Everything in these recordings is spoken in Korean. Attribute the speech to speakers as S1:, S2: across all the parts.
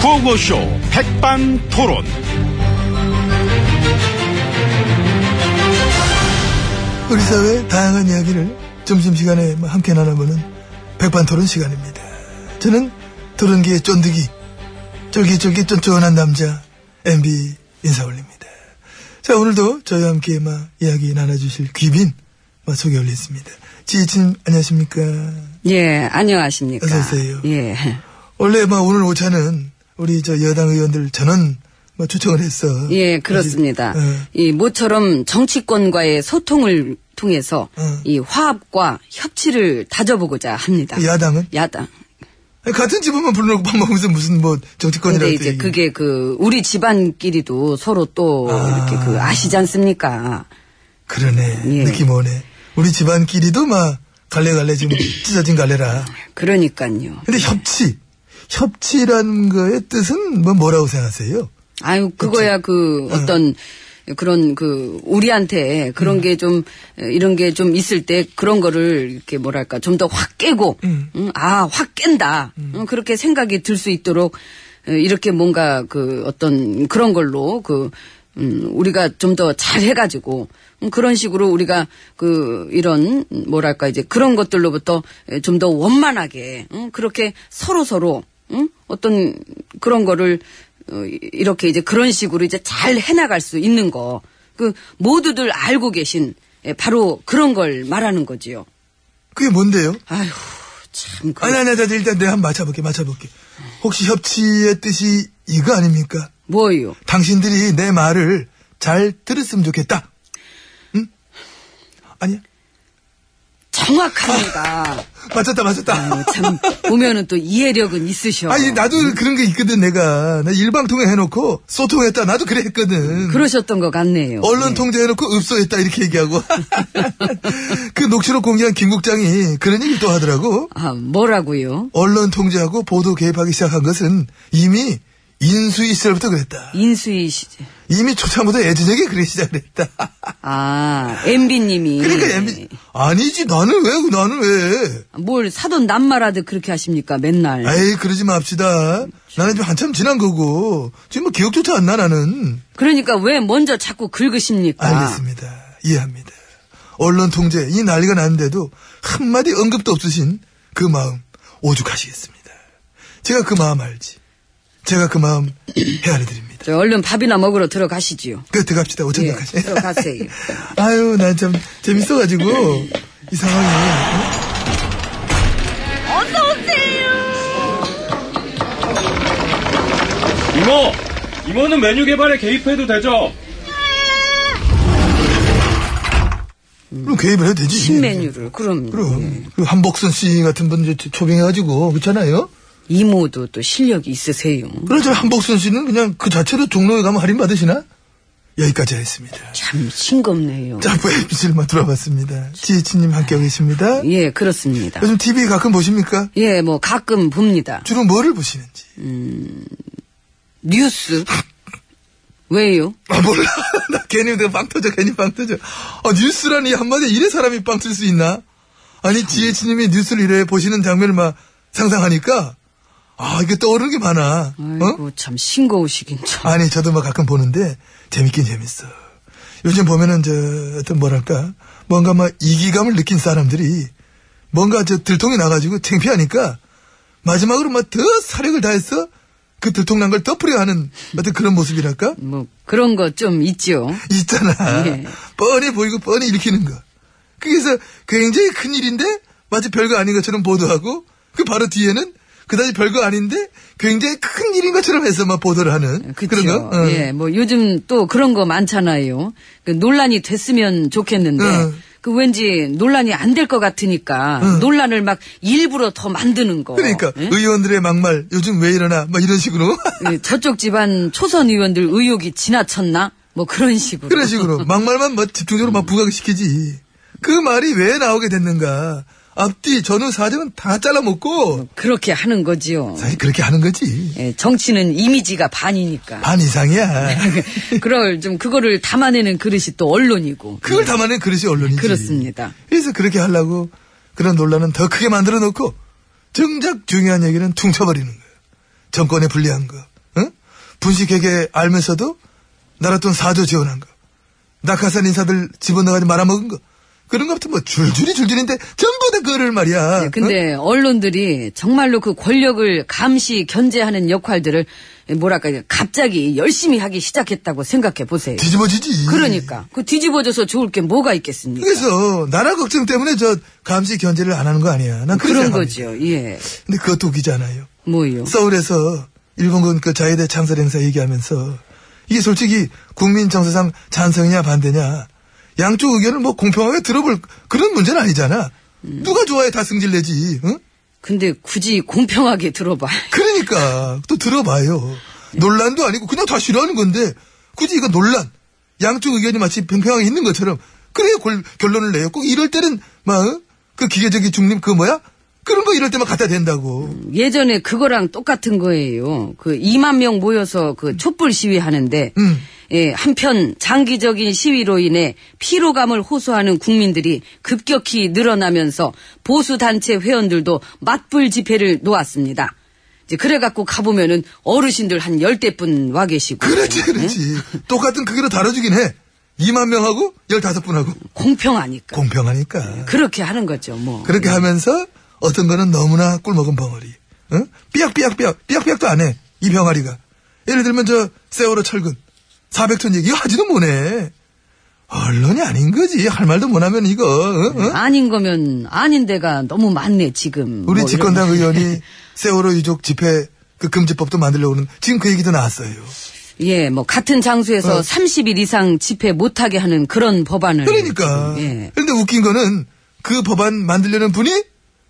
S1: 구호쇼 백반토론.
S2: 우리 사회의 다양한 이야기를 점심시간에 뭐 함께 나눠보는 백반토론 시간입니다. 저는 토론기의 쫀득이, 쫄깃쫄깃 쫀쫀한 남자, MB 인사 올립니다. 자, 오늘도 저희와 함께 막 이야기 나눠주실 귀빈 막 소개 올렸습니다. 지혜진, 안녕하십니까?
S3: 예, 안녕하십니까.
S2: 어서오세요.
S3: 예.
S2: 원래 막 오늘 오차는 우리 저 여당 의원들 전원 막 추청을 했어.
S3: 예, 그렇습니다.
S2: 예.
S3: 이 모처럼 정치권과의 소통을 통해서
S2: 어.
S3: 이 화합과 협치를 다져보고자 합니다.
S2: 야당은?
S3: 야당.
S2: 아니, 같은 집에만 불러놓고 밥 먹으면서 무슨 뭐 정치권이라고.
S3: 근데 이제 그게 그 우리 집안끼리도 서로 또
S2: 아.
S3: 이렇게 그 아시지 않습니까?
S2: 그러네.
S3: 예.
S2: 느낌 오네. 우리 집안끼리도 막 갈래갈래 지금 찢어진 갈래라.
S3: 그러니까요.
S2: 근데 협치. 협치라는 거의 뜻은 뭐 뭐라고 생각하세요?
S3: 아유, 그거야 그 어떤 그런 그 우리한테 그런 게 좀 이런 게 좀 있을 때 그런 거를 이렇게 뭐랄까 좀 더 확 깨고 아 확 깬다 음, 그렇게 생각이 들 수 있도록 어, 이렇게 뭔가 그 어떤 그런 걸로 그 음, 우리가 좀 더 잘 해가지고 음, 그런 식으로 우리가 그 이런 음, 뭐랄까 이제 그런 것들로부터 좀 더 원만하게 음, 그렇게 서로 서로 응? 어떤 그런 거를 어, 이- 이렇게 이제 그런 식으로 이제 잘 해나갈 수 있는 거. 그 모두들 알고 계신 예, 바로 그런 걸 말하는 거지요.
S2: 그게 뭔데요?
S3: 아휴 참. 그,
S2: 아니, 아니, 아니, 일단 내가 한번 맞춰볼게, 맞춰볼게. 혹시 협치의 뜻이 이거 아닙니까?
S3: 뭐요?
S2: 당신들이 내 말을 잘 들었으면 좋겠다. 응? 아니야?
S3: 정확합니다.
S2: 맞췄다, 맞췄다.
S3: 아유, 참 보면은 또 이해력은 있으셔.
S2: 아니, 나도 그런 게 있거든, 내가. 나 일방통행 해놓고, 소통했다. 나도 그래
S3: 그러니까
S2: 했거든.
S3: 그러셨던 것 같네요.
S2: 언론 통제해놓고 읍소했다 이렇게 얘기하고 그 녹취록 공개한 김 국장이 그런 얘기 또 하더라고
S3: 아 뭐라고요?
S2: 언론 통제하고 보도 개입하기 시작한 것은 이미 인수위 시절부터 그랬다
S3: 인수위 시제.
S2: 이미 초창부터 애진에게 그리 시작을 했다
S3: 아 엠비님이.
S2: 그러니까 MB 아니지 나는 왜 나는 왜
S3: 뭘 사돈 남말하듯 그렇게 하십니까 맨날.
S2: 에이 그러지 맙시다 나는 지금 한참 지난 거고 지금 뭐 기억조차 안 나 나는
S3: 그러니까 왜 먼저 자꾸 긁으십니까?
S2: 아, 알겠습니다. 이해합니다. 언론 통제, 이 난리가 났는데도 한마디 언급도 없으신 그 마음 오죽하시겠습니다. 제가 그 마음 알지. 제가 그 마음 헤아려드립니다.
S3: 저 얼른 밥이나 먹으러 들어가시지요.
S2: 그, 들어갑시다.
S3: 예,
S2: 오천장까지.
S3: 들어가세요.
S2: 아유, 난 참 재밌어가지고, 이 상황이. 어서오세요!
S1: 이모, 이모는 메뉴 개발에 개입해도 되죠?
S2: 그럼 개입을 해도 되지.
S3: 음. 신메뉴를 그럼
S2: 네.
S3: 예.
S2: 그럼. 그 한복선 씨 같은 분 이제 초빙해가지고, 그렇잖아요?
S3: 이모도 또 실력이 있으세요.
S2: 그럼 저 한복선 씨는 그냥 그 자체로 종로에 가면 할인받으시나? 여기까지 하겠습니다.
S3: 참 싱겁네요.
S2: 짬뽀의 빛을 막 돌아봤습니다. 지혜진님 함께하고 계십니다.
S3: 예, 그렇습니다.
S2: 요즘 TV 가끔 보십니까?
S3: 예, 뭐 가끔 봅니다.
S2: 주로 뭐를 보시는지.
S3: 뉴스 왜요?
S2: 아, 몰라. 나 괜히 내가 빵 터져, 괜히 빵 터져. 아, 뉴스라니 한마디에 이래 사람이 빵 쓸 수 있나? 아니, 지혜진님이 뉴스를 이래 보시는 장면을 막 상상하니까, 아, 이게 떠오르는 게 많아.
S3: 아이고
S2: 어?
S3: 참 싱거우시긴 참.
S2: 아니, 저도 막 가끔 보는데, 재밌긴 재밌어. 요즘 보면은, 저, 어떤, 뭐랄까, 뭔가 막 이기감을 느낀 사람들이, 뭔가 저 들통이 나가지고 창피하니까, 마지막으로 막 더 사력을 다해서, 그 들통난 걸 덮으려 하는 어떤 그런 모습이랄까?
S3: 뭐 그런 거 좀 있죠.
S2: 있잖아.
S3: 예.
S2: 뻔히 보이고 뻔히 일으키는 거. 그래서 굉장히 큰 일인데 마치 별거 아닌 것처럼 보도하고 그 바로 뒤에는 그다지 별거 아닌데 굉장히 큰 일인 것처럼 해서 막 보도를 하는
S3: 그쵸?
S2: 런 거. 어.
S3: 예, 뭐 요즘 또 그런 거 많잖아요. 그 논란이 됐으면 좋겠는데.
S2: 응.
S3: 그 왠지 논란이 안 될 것 같으니까
S2: 응.
S3: 논란을 막 일부러 더 만드는 거.
S2: 어. 그러니까
S3: 예?
S2: 의원들의 막말 요즘 왜 이러나 막 이런 식으로
S3: 예, 저쪽 집안 초선 의원들 의혹이 지나쳤나? 뭐 그런 식으로.
S2: 그런 식으로 막말만 막 집중적으로 막 부각시키지. 그 말이 왜 나오게 됐는가? 앞뒤 전후 사정은 다 잘라먹고
S3: 그렇게 하는 거지요.
S2: 사실 그렇게 하는 거지.
S3: 예, 정치는 이미지가 반이니까.
S2: 반 이상이야.
S3: 네. 그럴 좀 그거를 담아내는 그릇이 또 언론이고. 예,
S2: 그걸 담아낸 그릇이 언론이지.
S3: 그렇습니다.
S2: 그래서 그렇게 하려고 그런 논란은 더 크게 만들어 놓고 정작 중요한 얘기는 퉁쳐버리는 거예요. 정권에 불리한 거, 어? 분식회계 알면서도 나랏돈 사조 지원한 거. 낙하산 인사들 집어넣어가지고 말아먹은 거. 그런 것부터 뭐 줄줄이 줄줄인데 전부 다 그거를 말이야.
S3: 네, 근데 언론들이 정말로 그 권력을 감시 견제하는 역할들을 예, 뭐랄까 갑자기 열심히 하기 시작했다고 생각해 보세요.
S2: 어? 뒤집어지지.
S3: 그러니까 그 뒤집어져서 좋을 게 뭐가 있겠습니까?
S2: 그래서 나라 걱정 때문에 저 감시 견제를 안 하는 거 아니야. 난 그렇게
S3: 그런
S2: 생각합니다.
S3: 거죠. 예.
S2: 근데 그것도 웃기잖아요.
S3: 뭐요?
S2: 서울에서 일본군 그 자위대 창설 행사 얘기하면서 이게 솔직히 국민 정서상 찬성이냐 반대냐 양쪽 의견을 뭐 공평하게 들어볼 그런 문제는 아니잖아. 누가 좋아해 다 승질내지. 응?
S3: 근데 굳이 공평하게 들어봐.
S2: 그러니까 또 들어봐요. 논란도 아니고 그냥 다 싫어하는 건데 굳이 이거 논란 양쪽 의견이 마치 평평하게 있는 것처럼 그래야 골- 결론을 내요. 꼭 이럴 때는 막 그 기계적인 중립 그 뭐야 그런 거 이럴 때만 갖다 댄다고.
S3: 예전에 그거랑 똑같은 거예요. 그 2만 명 모여서 그 촛불 시위하는데,
S2: 음.
S3: 예, 한편 장기적인 시위로 인해 피로감을 호소하는 국민들이 급격히 늘어나면서 보수 단체 회원들도 맞불 집회를 놓았습니다. 이제 그래갖고 가보면은 어르신들 한 열대 분 와 계시고.
S2: 그렇지,
S3: 예?
S2: 그렇지. 똑같은 크기로 다뤄주긴 해. 2만 명하고 15분하고.
S3: 공평하니까.
S2: 공평하니까.
S3: 그렇게 하는 거죠, 뭐.
S2: 그렇게 하면서 어떤 거는 너무나 꿀먹은 벙어리. 응? 삐약삐약삐약, 삐약삐약도 안 해. 이 병아리가. 예를 들면 저 세월호 철근. 400톤 얘기 하지도 못해. 언론이 아닌 거지. 할 말도 못하면 이거. 어? 응? 응?
S3: 아닌 거면 아닌 데가 너무 많네,
S2: 우리
S3: 지금. 뭐 이런
S2: 집권당 의원이 세월호 유족 집회 그 금지법도 만들려고 하는 지금 그 얘기도 나왔어요.
S3: 예, 뭐 같은 장소에서
S2: 어.
S3: 30일 이상 집회 못하게 하는 그런 법안을
S2: 그러니까.
S3: 지금, 예.
S2: 그런데 웃긴 거는 그 법안 만들려는 분이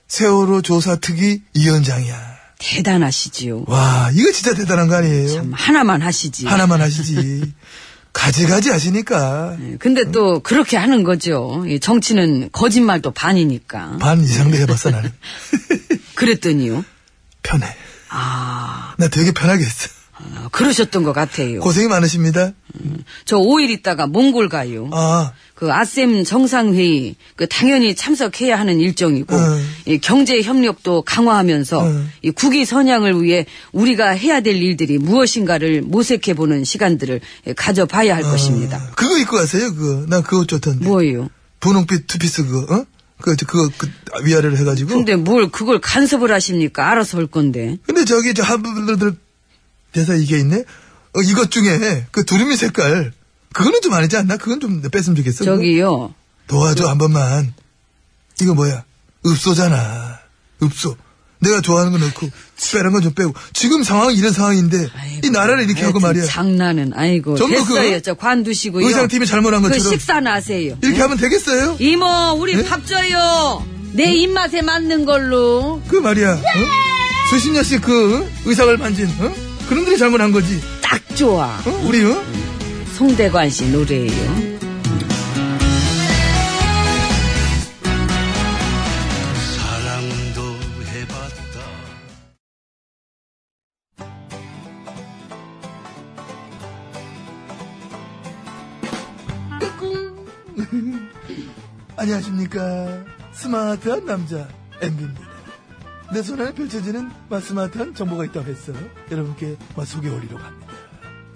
S2: 세월호 조사 특위 위원장이야.
S3: 대단하시지요.
S2: 와, 이거 진짜 대단한 거 아니에요?
S3: 참 하나만 하시지.
S2: 하나만 하시지. 가지가지 하시니까.
S3: 예, 근데 또 그렇게 하는 거죠. 이 정치는 거짓말도 반이니까.
S2: 반 이상도 해봤어, 나는.
S3: 그랬더니요.
S2: 편해.
S3: 아,
S2: 나 되게 편하게 했어.
S3: 아, 그러셨던 것 같아요.
S2: 고생이 많으십니다.
S3: 저 5일 있다가 몽골 가요.
S2: 아,
S3: 그 아셈 정상회의 그 당연히 참석해야 하는 일정이고
S2: 음.
S3: 이 경제 협력도 강화하면서
S2: 음.
S3: 이 국위 선양을 위해 우리가 해야 될 일들이 무엇인가를 모색해 보는 시간들을 예, 가져봐야 할 것입니다.
S2: 어, 그거 입고 가세요, 그거. 난 그거 좋던데.
S3: 뭐예요?
S2: 분홍빛 투피스 그거, 어? 그, 저, 그거, 그, 위아래로 해가지고.
S3: 근데 뭘 그걸 간섭을 하십니까? 알아서 할 건데.
S2: 근데 저기 저 하부들 대사 이게 있네. 어, 이것 중에 그 두루미 색깔 그거는 좀 아니지 않나? 그건 좀 뺐으면 좋겠어.
S3: 저기요. 그
S2: 도와줘 한 번만. 이거 뭐야? 읍소잖아. 읍소. 내가 좋아하는 거 넣고 빼는 건 좀 빼고 지금 상황 이런 상황인데 이
S3: 아이고,
S2: 나라를 이렇게 하고
S3: 하여튼
S2: 말이야.
S3: 장난은 아이고
S2: 전부
S3: 됐어요.
S2: 그
S3: 저 관두시고요.
S2: 의상팀이 잘못한
S3: 그
S2: 것처럼
S3: 식사나 하세요.
S2: 이렇게 네? 하면 되겠어요?
S3: 이모 우리 밥 줘요. 내 입맛에 맞는 걸로.
S2: 그 말이야. 어? 수십 년씩 그 어? 의상을 만진 어? 그놈들이 잘못한 거지.
S3: 딱 좋아.
S2: 어? 우리 어?
S3: 송대관 씨 노래예요.
S2: 안녕하십니까. 스마트한 남자, MB입니다. 내 손안에 펼쳐지는 마 스마트한 정보가 있다고 해서 여러분께 마 소개해드리려고 합니다.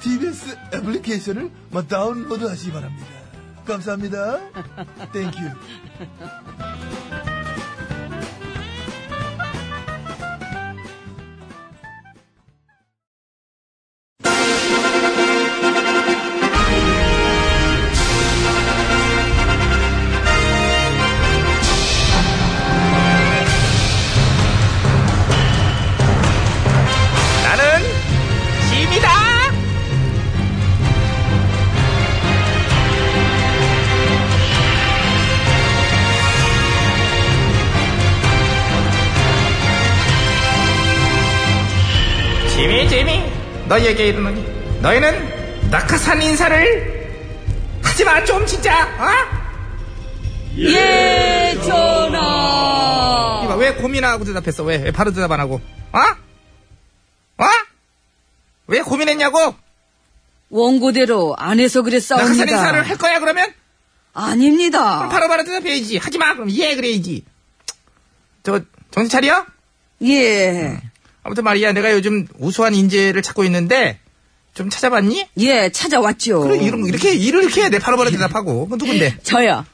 S2: TBS 애플리케이션을 마 다운로드 하시기 바랍니다. 감사합니다. 땡큐.
S4: 나는 짐이다. 짐이 짐이 너에게 이르노니 너희는 낙하산 인사를 하지 마 좀 진짜. 어?
S3: 예, 전하.
S4: 이봐 어? 왜 고민하고 대답했어? 왜, 왜 바로 대답 안 하고? 어? 어? 왜 고민했냐고?
S3: 원고대로 안 해서 그랬사옵니다.
S4: 낙하산 인사를 할 거야 그러면?
S3: 아닙니다.
S4: 그럼 바로 바로 대답해야지. 하지 마. 그럼 예 그래야지. 저 정신 차려? 음.
S3: 예.
S4: 아무튼 말이야 내가 요즘 우수한 인재를 찾고 있는데 좀 찾아봤니?
S3: 예, 찾아왔죠.
S4: 그럼 이런 이렇게 일을 이렇게 해야 돼 바로바로 대답하고 그 누군데?
S3: 저요.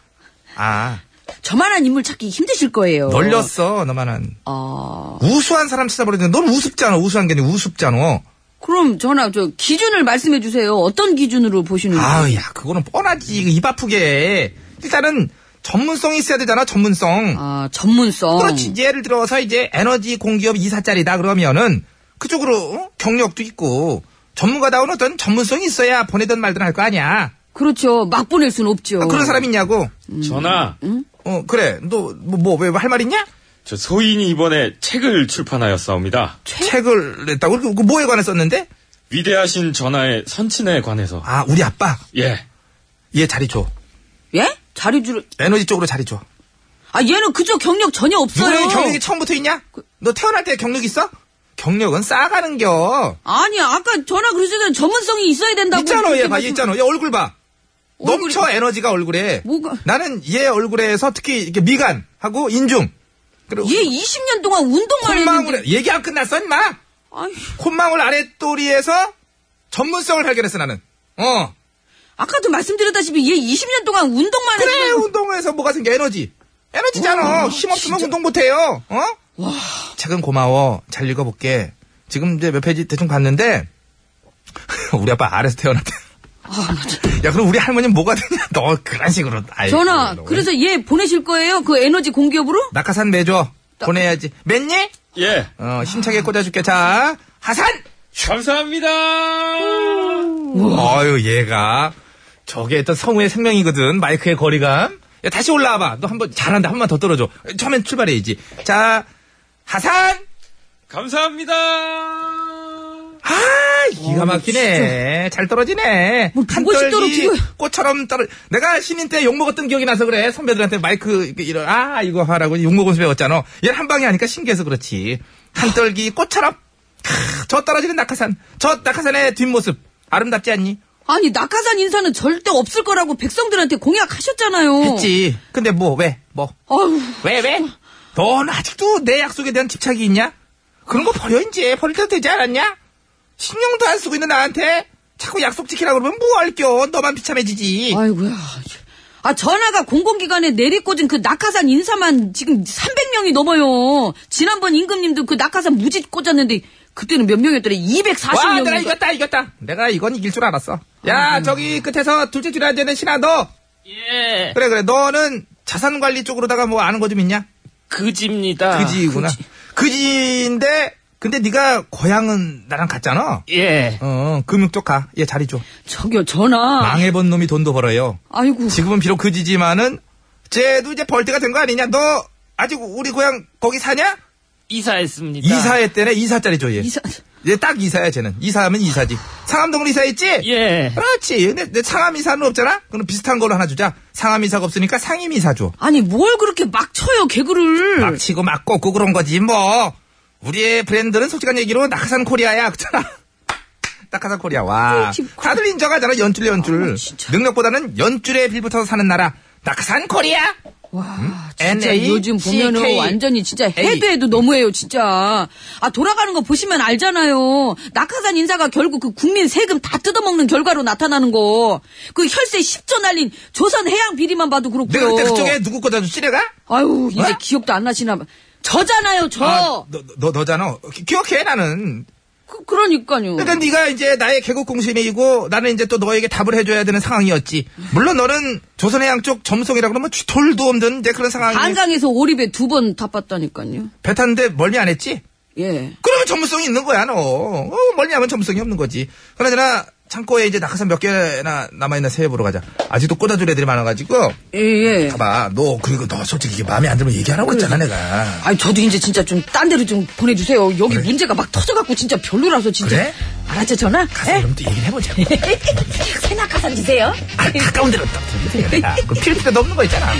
S4: 아
S3: 저만한 인물 찾기 힘드실 거예요.
S4: 널렸어 너만은
S3: 어,
S4: 우수한 사람 찾아버리는데 넌 우습잖아 우수한 게 아니라 우습잖아
S3: 그럼 전하, 저 기준을 말씀해 주세요. 어떤 기준으로 보시는지.
S4: 아야 그거는 뻔하지 이거 입 아프게 일단은 전문성이 있어야 되잖아 전문성
S3: 아, 전문성.
S4: 그렇지 예를 들어서 이제 에너지 공기업 이사짜리다 그러면은 그쪽으로 어? 경력도 있고 전문가다운 어떤 전문성이 있어야 보내든 말든 할 거 아니야
S3: 그렇죠. 막 보낼 순 없죠.
S4: 아, 그런 사람 있냐고
S1: 전하,
S4: 어 그래 너뭐왜할 말 있냐?
S1: 저 소인이 이번에 책을 출판하였사옵니다.
S4: 책을 냈다고 그, 그 뭐에 관해 썼는데?
S1: 위대하신 전하의 선친에 관해서.
S4: 아 우리 아빠
S1: 예.
S4: 얘 자리 줘
S3: 예? 자료줄.
S4: 에너지 쪽으로 자리 줘
S3: 아, 얘는 그저 경력 전혀 없어요.
S4: 누구의 경력이 처음부터 있냐? 너 태어날 때 경력 있어? 경력은 쌓아가는겨
S3: 아니, 아까 전화 그러시던 전문성이 있어야 된다고.
S4: 있잖아
S3: 뭐 그렇게
S4: 얘 봐, 얘
S3: 말씀-
S4: 있잖아 얘 얼굴 봐
S3: 얼굴이- 뭐-
S4: 넘쳐 에너지가 얼굴에
S3: 뭐가-
S4: 나는 얘 얼굴에서 특히 이렇게 미간하고 인중 그리고
S3: 얘 20년 동안 운동만
S4: 콧망울
S3: 했는데.
S4: 에 얘기 안 끝났어 인마
S3: 아휴,
S4: 콧망울 아랫도리에서 전문성을 발견했어 나는 어
S3: 아까도 말씀드렸다시피 얘 20년 동안 운동만
S4: 그래
S3: 했는데.
S4: 운동에서 뭐가 생겨 에너지 에너지잖아
S3: 그러니까 와,
S4: 힘 없으면 운동 못해요 어? 책은 고마워 잘 읽어볼게 지금 이제 몇 페이지 대충 봤는데 우리 아빠 아래서 태어났대 야 그럼 우리 할머니 는 뭐가 되냐 너 그런 식으로 아이고,
S3: 전화,
S4: 너 왜-
S3: 그래서 얘 보내실 거예요? 그 에너지 공기업으로?
S4: 낙하산 매줘 보내야지 맸니?
S1: 예.
S4: 어 힘차게 꽂아줄게 자 하산
S1: 감사합니다.
S4: 어유 얘가 저게 일단 성우의 생명이거든 마이크의 거리감 야 다시 올라와봐 너 한번 잘한다 한 번 더 떨어줘 처음엔 출발해야지 자 하산
S1: 감사합니다.
S4: 아 기가 막히네 잘 떨어지네
S3: 어, 뭘두 번씩 떨어지고.
S4: 꽃처럼 떨어 내가 신인 때 욕먹었던 기억이 나서 그래 선배들한테 마이크 이거 이런 아 이거 하라고 욕먹으면서 배웠잖아 얘 한 방에 하니까 신기해서 그렇지 한떨기 꽃처럼 캬, 저 떨어지는 낙하산 저 낙하산의 뒷모습 아름답지 않니
S3: 아니, 낙하산 인사는 절대 없을 거라고 백성들한테 공약하셨잖아요.
S4: 했지 근데 뭐 왜 뭐.
S3: 아유,
S4: 왜, 왜? 넌 아직도 내 약속에 대한 집착이 있냐? 그런 거 버려, 이제. 버릴 때도 되지 않았냐? 신경도 안 쓰고 있는 나한테 자꾸 약속 지키라 그러면 뭐할 겨. 너만 비참해지지.
S3: 아이고야. 아, 전화가 공공기관에 내리꽂은 그 낙하산 인사만 지금 300명이 넘어요. 지난번 임금님도 그 낙하산 무지 꽂았는데, 그때는 몇 명이었더래?
S4: 와, 내가
S3: 240명이.
S4: 이겼다, 이겼다. 내가 이건 이길 줄 알았어. 야, 저기 끝에서 둘째 줄에 앉아있는 신아, 너. 예. 그래, 그래. 너는 자산 관리 쪽으로다가 뭐 아는 거 좀 있냐?
S5: 그지입니다.
S4: 그지구나. 그지인데, 근데 네가 고향은 나랑 같잖아.
S5: 예.
S4: 어, 금융 쪽 가. 얘 자리 줘.
S3: 저기요,
S5: 어.
S3: 전화.
S4: 망해본 놈이 돈도 벌어요.
S3: 아이고.
S4: 지금은 비록 그지지만은 쟤도 이제 벌 때가 된 거 아니냐? 너 아직 우리 고향 거기 사냐?
S5: 이사했습니다.
S4: 이사회 때네 이사짜리 줘 얘.
S3: 이사,
S4: 얘 딱 이사야 쟤는. 이사하면 이사지. 상암동으로 이사했지?
S5: 예.
S4: 그렇지. 근데 내 상암 이사는 없잖아. 그럼 비슷한 걸로 하나 주자. 상암 이사가 없으니까 상임 이사 줘.
S3: 아니, 뭘 그렇게 막 쳐요, 개그를.
S4: 막 치고 막 꺾고 그런 거지 뭐. 우리의 브랜드는 솔직한 얘기로 낙하산 코리아야 그잖아. 낙하산 코리아 와.
S3: 꿀팁, 꿀팁.
S4: 다들 인정하잖아 연줄래 연줄.
S3: 아, 그 진짜.
S4: 능력보다는 연줄에 빌붙어서 사는 나라. 낙하산 코리아.
S3: 와, 진짜
S4: NA,
S3: 요즘 보면은
S4: CK.
S3: 완전히 진짜
S4: A.
S3: 해도 해도 너무해요, 진짜. 아, 돌아가는 거 보시면 알잖아요. 낙하산 인사가 결국 그 국민 세금 다 뜯어먹는 결과로 나타나는 거. 그 혈세 10조 날린 조선 해양 비리만 봐도 그렇고요.
S4: 내가 그때 그쪽에 누구 꽂아줬지 내가?
S3: 아유, 이제
S4: 어?
S3: 기억도 안 나시나 봐. 저잖아요, 저.
S4: 아, 너, 너, 너잖아. 기- 기억해, 나는.
S3: 그, 그러니까요.
S4: 그러니까 네가 이제 나의 개국 공신이고 나는 이제 또 너에게 답을 해줘야 되는 상황이었지. 물론 너는 조선해양 쪽 점성이라 그러면 쥐톨도 없는 이제 그런 상황이.
S3: 한강에서 오리배 두 번 타봤다니까요.
S4: 배 탔는데 멀미 안 했지?
S3: 예.
S4: 그러면 전문성이 있는 거야, 너. 어, 멀리 하면 전문성이 없는 거지. 그러나 창고에 이제 낙하산 몇 개나 남아있나 세어보러 가자. 아직도 꽂아줄 애들이 많아가지고.
S3: 예, 예.
S4: 봐봐, 너, 그리고 너 솔직히 이게 마음에 안 들면 얘기하라고 했잖아, 내가.
S3: 아니, 저도 이제 진짜 좀 딴 데로 좀 보내주세요. 여기 문제가 막 터져갖고 진짜 별로라서 진짜.
S4: 그래?
S3: 알았죠, 전화? 예?
S4: 가서 그럼 또 얘기를 해보자.
S3: 새나 가서 주세요.
S4: 그 아, 가까운 데로 딱 들으세요. 그필 필요도 없는 거 있잖아.